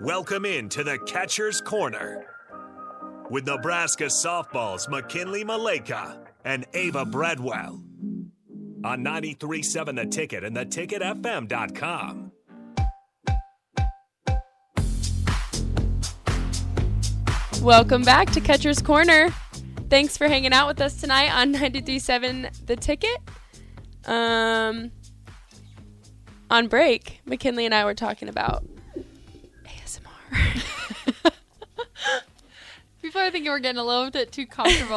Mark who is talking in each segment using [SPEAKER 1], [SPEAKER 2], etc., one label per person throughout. [SPEAKER 1] Welcome in to the Catcher's Corner with Nebraska softball's McKinley Maleka and Ava Bradwell on 93.7 The Ticket and theticketfm.com.
[SPEAKER 2] Welcome back to Catcher's Corner. Thanks for hanging out with us tonight on 93.7 The Ticket. Um, on break, McKinley and I were talking about ASMR.
[SPEAKER 3] People are thinking we're getting a little bit too comfortable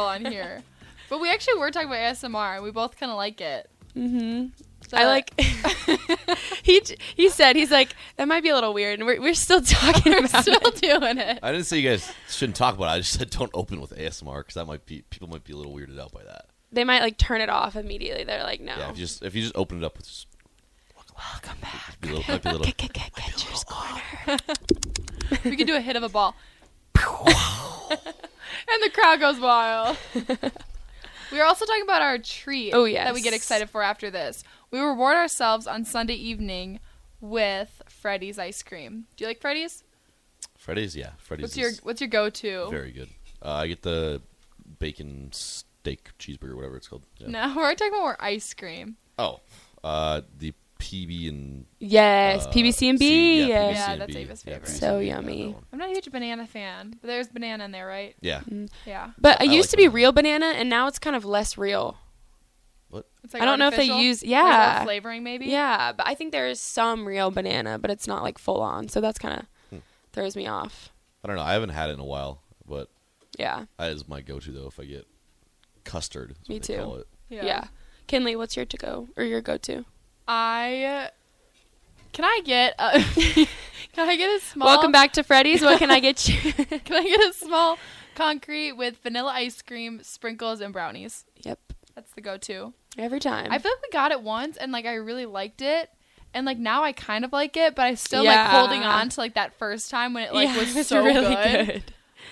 [SPEAKER 3] on here. But we actually were talking about ASMR. We both kind of like it.
[SPEAKER 2] mm-hmm.
[SPEAKER 3] So-
[SPEAKER 2] I like. he he said he's like that might be a little weird, and we're we're still talking
[SPEAKER 3] We're
[SPEAKER 2] about
[SPEAKER 3] still
[SPEAKER 2] it.
[SPEAKER 3] doing it.
[SPEAKER 4] I didn't say you guys shouldn't talk about it. I just said don't open with ASMR because that might be people might be a little weirded out by that.
[SPEAKER 2] They might like turn it off immediately. They're like, no.
[SPEAKER 4] Yeah, if you just if you just open it up with just
[SPEAKER 2] Welcome back.
[SPEAKER 4] be a little, might be a little.
[SPEAKER 2] Catcher's corner.
[SPEAKER 3] We could do a hit of a ball. and the crowd goes wild. we were also talking about our treat
[SPEAKER 2] Oh,
[SPEAKER 3] that we get
[SPEAKER 2] yes.
[SPEAKER 3] excited for after this. We reward ourselves on Sunday evening with Freddy's ice cream. Do you like Freddy's?
[SPEAKER 4] Freddy's, yeah, Freddy's
[SPEAKER 3] What's your
[SPEAKER 4] is
[SPEAKER 3] what's your go-to?
[SPEAKER 4] very good. Uh, I get the bacon steak cheeseburger, whatever it's called. Yeah.
[SPEAKER 3] No, we're talking about more ice cream.
[SPEAKER 4] Oh, uh, the PB and
[SPEAKER 2] Yes,
[SPEAKER 4] uh,
[SPEAKER 2] PBC and
[SPEAKER 4] C,
[SPEAKER 2] B.
[SPEAKER 4] yeah,
[SPEAKER 2] yes.
[SPEAKER 3] Yeah,
[SPEAKER 4] PBC&B.
[SPEAKER 3] that's Ava's favorite.
[SPEAKER 4] PBC&B,
[SPEAKER 2] So
[SPEAKER 4] yeah, that
[SPEAKER 2] yummy.
[SPEAKER 4] one.
[SPEAKER 3] I'm not a huge banana fan, but there's banana in there, right?
[SPEAKER 4] Yeah,
[SPEAKER 2] Mm.
[SPEAKER 3] Yeah.
[SPEAKER 2] But
[SPEAKER 4] I
[SPEAKER 2] it used
[SPEAKER 4] like
[SPEAKER 2] to be
[SPEAKER 4] banana.
[SPEAKER 2] real banana, and now it's kind of less real.
[SPEAKER 3] It's like
[SPEAKER 2] I don't know if they
[SPEAKER 3] artificial.
[SPEAKER 2] use-
[SPEAKER 3] There's more
[SPEAKER 2] yeah.
[SPEAKER 3] flavoring maybe.
[SPEAKER 2] Yeah, but I think there is some real banana, but it's not like full on. So that's kind of throws me off.
[SPEAKER 4] I don't know. I haven't had it in a while, but
[SPEAKER 2] Yeah.
[SPEAKER 4] that is my go-to though. If I get custard, is what
[SPEAKER 2] Me
[SPEAKER 4] they
[SPEAKER 2] too.
[SPEAKER 4] call it.
[SPEAKER 2] Yeah. Kinley, what's your to go or your go to?
[SPEAKER 3] I can I get a can I get a small
[SPEAKER 2] Welcome back to Freddy's. What can I get you?
[SPEAKER 3] Can I get a small concrete with vanilla ice cream, sprinkles, and brownies?
[SPEAKER 2] yep.
[SPEAKER 3] That's the go-to.
[SPEAKER 2] Every time.
[SPEAKER 3] I feel like we got it once, and like I really liked it, and like now I kind of like it, but I still
[SPEAKER 2] Yeah.
[SPEAKER 3] like holding on to like that first time when it like
[SPEAKER 2] Yeah,
[SPEAKER 3] was
[SPEAKER 2] it's
[SPEAKER 3] so
[SPEAKER 2] really
[SPEAKER 3] good.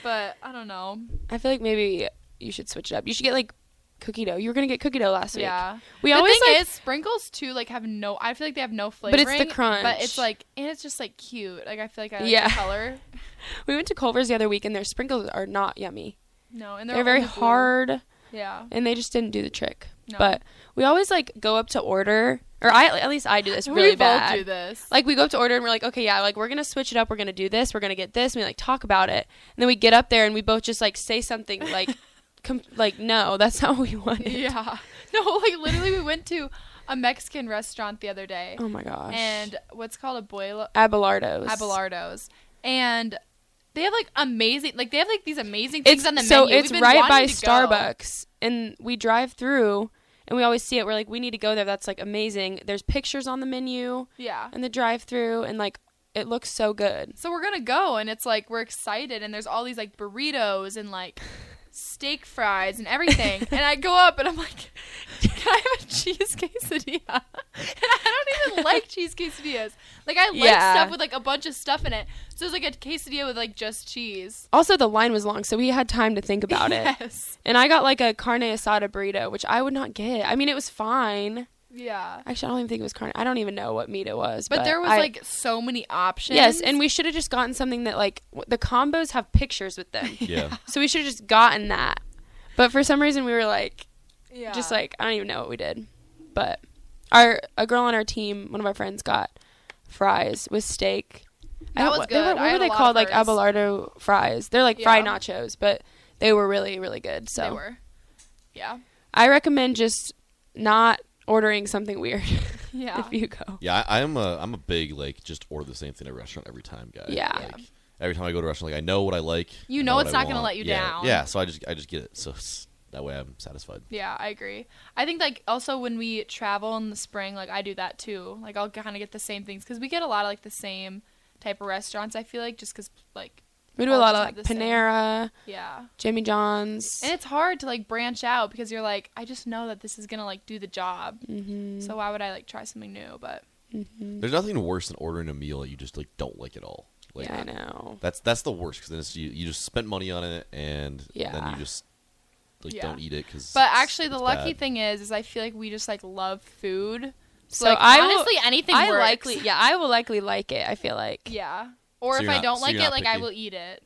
[SPEAKER 3] But I don't know.
[SPEAKER 2] I feel like maybe you should switch it up. You should get like cookie dough. You were gonna get cookie dough last week.
[SPEAKER 3] Yeah.
[SPEAKER 2] We
[SPEAKER 3] the
[SPEAKER 2] always
[SPEAKER 3] thing
[SPEAKER 2] like
[SPEAKER 3] is sprinkles too. Like have no. I feel like they have no flavor.
[SPEAKER 2] it's the crunch.
[SPEAKER 3] But it's like and it's just like cute. Like I feel like I like
[SPEAKER 2] Yeah.
[SPEAKER 3] the color.
[SPEAKER 2] we went to Culver's the other week and their sprinkles are not yummy.
[SPEAKER 3] No, and
[SPEAKER 2] They're,
[SPEAKER 3] they're,
[SPEAKER 2] very
[SPEAKER 3] only blue.
[SPEAKER 2] hard.
[SPEAKER 3] Yeah.
[SPEAKER 2] and they just didn't do the trick.
[SPEAKER 3] No.
[SPEAKER 2] But we always like go up to order, or I at least I do this
[SPEAKER 3] We
[SPEAKER 2] really
[SPEAKER 3] both
[SPEAKER 2] bad.
[SPEAKER 3] do this.
[SPEAKER 2] Like we go up to order and we're like, okay, yeah, like we're gonna switch it up. We're gonna do this. We're gonna get this. And we like talk about it, and then we get up there and we both just like say something like, com- like no, that's not what we wanted.
[SPEAKER 3] Yeah. No, like literally, we went to a Mexican restaurant the other day,
[SPEAKER 2] Oh my gosh.
[SPEAKER 3] and what's called abuelo
[SPEAKER 2] Abelardo's.
[SPEAKER 3] abelardos, and they have like amazing, like they have like these amazing things
[SPEAKER 2] It's
[SPEAKER 3] on the
[SPEAKER 2] so
[SPEAKER 3] menu. We've
[SPEAKER 2] it's
[SPEAKER 3] been
[SPEAKER 2] right by
[SPEAKER 3] wanting to go.
[SPEAKER 2] Starbucks, and we drive through. And we always see it. We're like, we need to go there. That's like amazing. There's pictures on the menu
[SPEAKER 3] Yeah.
[SPEAKER 2] and the drive-through, and like it looks so good.
[SPEAKER 3] So we're gonna go, and it's like we're excited, and there's all these like burritos and like steak fries and everything. and I go up, and I'm like, "Can I have a cheese quesadilla?" and I don't even like cheese quesadillas. Like I like
[SPEAKER 2] Yeah.
[SPEAKER 3] stuff with like a bunch of stuff in it. So it's like a quesadilla with like just cheese.
[SPEAKER 2] Also, the line was long, so we had time to think about it.
[SPEAKER 3] yes.
[SPEAKER 2] And I got like a carne asada burrito, which I would not get. I mean, it was fine.
[SPEAKER 3] Yeah.
[SPEAKER 2] Actually, I don't even think it was carne. I don't even know what meat it was.
[SPEAKER 3] But, there was
[SPEAKER 2] I-
[SPEAKER 3] like so many options.
[SPEAKER 2] yes, and we should have just gotten something that like w- the combos have pictures with them,
[SPEAKER 4] Yeah.
[SPEAKER 2] so we should have just gotten that. But for some reason, we were like,
[SPEAKER 3] yeah.
[SPEAKER 2] just like I don't even know what we did. But our a girl on our team, one of our friends, got fries with steak. I don't-
[SPEAKER 3] That was
[SPEAKER 2] They were,
[SPEAKER 3] good.
[SPEAKER 2] what
[SPEAKER 3] I
[SPEAKER 2] were
[SPEAKER 3] had a
[SPEAKER 2] they
[SPEAKER 3] lot of
[SPEAKER 2] called? Like
[SPEAKER 3] hers.
[SPEAKER 2] abelardo fries. They're like fried
[SPEAKER 3] Yeah.
[SPEAKER 2] nachos, but they were really really good. So
[SPEAKER 3] they were. Yeah.
[SPEAKER 2] I recommend just not ordering something weird
[SPEAKER 3] Yeah.
[SPEAKER 2] if you go.
[SPEAKER 4] Yeah, I, I'm a I'm a big like just order the same thing at a restaurant every time, guy.
[SPEAKER 2] Yeah.
[SPEAKER 4] Like, every time I go to a restaurant, like I know what I like.
[SPEAKER 3] You
[SPEAKER 4] I
[SPEAKER 3] know it's
[SPEAKER 4] what I
[SPEAKER 3] not gonna
[SPEAKER 4] want.
[SPEAKER 3] let you
[SPEAKER 4] Yeah,
[SPEAKER 3] down.
[SPEAKER 4] Yeah, so I just I just get it. So s- that way I'm satisfied.
[SPEAKER 3] Yeah, I agree. I think like also when we travel in the spring, like I do that too. Like I'll kind of get the same things because we get a lot of like the same type of restaurants. I feel like just because like
[SPEAKER 2] We do
[SPEAKER 3] All
[SPEAKER 2] a lot
[SPEAKER 3] just
[SPEAKER 2] of
[SPEAKER 3] have
[SPEAKER 2] like
[SPEAKER 3] the same.
[SPEAKER 2] Panera,
[SPEAKER 3] yeah,
[SPEAKER 2] Jimmy John's.
[SPEAKER 3] and it's hard to like branch out because you're like I just know that this is gonna like do the job.
[SPEAKER 2] mm-hmm.
[SPEAKER 3] So why would I like try something new? But Mm.
[SPEAKER 4] There's nothing worse than ordering a meal that you just like don't like at all. Like
[SPEAKER 2] yeah, I know.
[SPEAKER 4] that's that's the worst because then it's, you you just spent money on it and then
[SPEAKER 2] Yeah.
[SPEAKER 4] you just like
[SPEAKER 3] Yeah.
[SPEAKER 4] don't eat it because.
[SPEAKER 3] but actually the lucky thing is is I feel like we just like love food. So,
[SPEAKER 2] So
[SPEAKER 3] like,
[SPEAKER 2] I will-
[SPEAKER 3] honestly anything
[SPEAKER 2] I
[SPEAKER 3] works.
[SPEAKER 2] likely, yeah, I will likely like it. I feel like
[SPEAKER 3] yeah. Or
[SPEAKER 4] So
[SPEAKER 3] if
[SPEAKER 4] you're
[SPEAKER 3] I
[SPEAKER 4] not-
[SPEAKER 3] don't
[SPEAKER 4] so
[SPEAKER 3] like
[SPEAKER 4] you're
[SPEAKER 3] it,
[SPEAKER 4] not
[SPEAKER 3] like I
[SPEAKER 4] picky.
[SPEAKER 3] will eat it.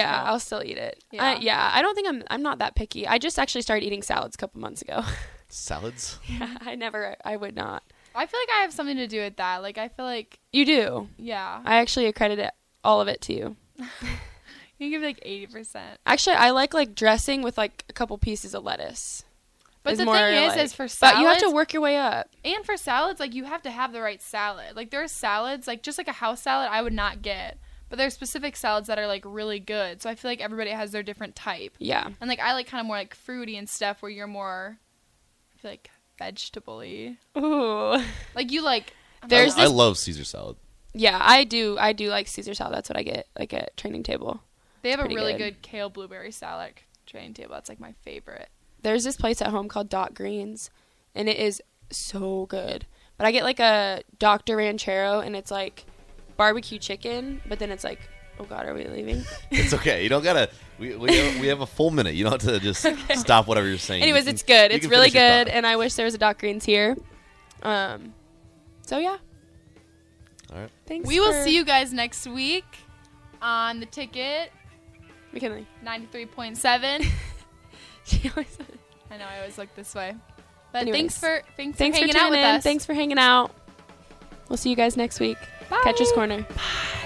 [SPEAKER 2] Yeah, I'll still eat it. Yeah. I,
[SPEAKER 3] Yeah.
[SPEAKER 2] yeah, I don't think I'm I'm not that picky. I just actually started eating salads a couple months ago.
[SPEAKER 4] Salads?
[SPEAKER 2] yeah, I never I would not.
[SPEAKER 3] I feel like I have something to do with that. Like I feel like
[SPEAKER 2] You do.
[SPEAKER 3] yeah,
[SPEAKER 2] I actually accredit it, all of it to you.
[SPEAKER 3] you can give like eighty percent.
[SPEAKER 2] Actually, I like like dressing with like a couple pieces of lettuce.
[SPEAKER 3] But
[SPEAKER 2] Is
[SPEAKER 3] the
[SPEAKER 2] more,
[SPEAKER 3] thing is,
[SPEAKER 2] like-
[SPEAKER 3] is for salads,
[SPEAKER 2] But you have to work your way up.
[SPEAKER 3] and for salads, like you have to have the right salad. Like there are salads, like just like a house salad, I would not get. But there's specific salads that are like really good. So I feel like everybody has their different type.
[SPEAKER 2] Yeah.
[SPEAKER 3] And like I like kind of more like fruity and stuff where you're more I feel like vegetable-y.
[SPEAKER 2] Ooh.
[SPEAKER 3] Like you like I don't
[SPEAKER 2] There's
[SPEAKER 3] know.
[SPEAKER 4] I love Caesar salad.
[SPEAKER 2] Yeah, I do. I do like Caesar salad. That's what I get like at training table.
[SPEAKER 3] they have a
[SPEAKER 2] pretty
[SPEAKER 3] really
[SPEAKER 2] good.
[SPEAKER 3] good. kale blueberry salad at training table. That's like my favorite.
[SPEAKER 2] There's this place at home called Dot Greens, and it is so good. But I get like a Dr. Ranchero, and it's like barbecue chicken. But then it's like, oh God, are we leaving?
[SPEAKER 4] It's okay. You don't gotta. We, we, have, we have a full minute. You don't have to just stop whatever you're saying. You
[SPEAKER 2] Anyways,
[SPEAKER 4] can-
[SPEAKER 2] it's good.
[SPEAKER 4] you
[SPEAKER 2] It's
[SPEAKER 4] can
[SPEAKER 2] really
[SPEAKER 4] finish your
[SPEAKER 2] good,
[SPEAKER 4] thought.
[SPEAKER 2] and I wish there was a Dot Greens here. Um, so yeah,
[SPEAKER 4] All right.
[SPEAKER 2] thanks.
[SPEAKER 3] We will
[SPEAKER 2] for-
[SPEAKER 3] see you guys next week on the ticket
[SPEAKER 2] McKinley.
[SPEAKER 3] 93.7.
[SPEAKER 2] She always-
[SPEAKER 3] I know I always look this way. But
[SPEAKER 2] Anyways.
[SPEAKER 3] thanks for thanks,
[SPEAKER 2] Thanks
[SPEAKER 3] for
[SPEAKER 2] for
[SPEAKER 3] hanging
[SPEAKER 2] tuning
[SPEAKER 3] out with
[SPEAKER 2] in.
[SPEAKER 3] us.
[SPEAKER 2] Thanks for hanging out. We'll see you guys next week.
[SPEAKER 3] Bye.
[SPEAKER 2] Catcher's Corner.
[SPEAKER 3] Bye.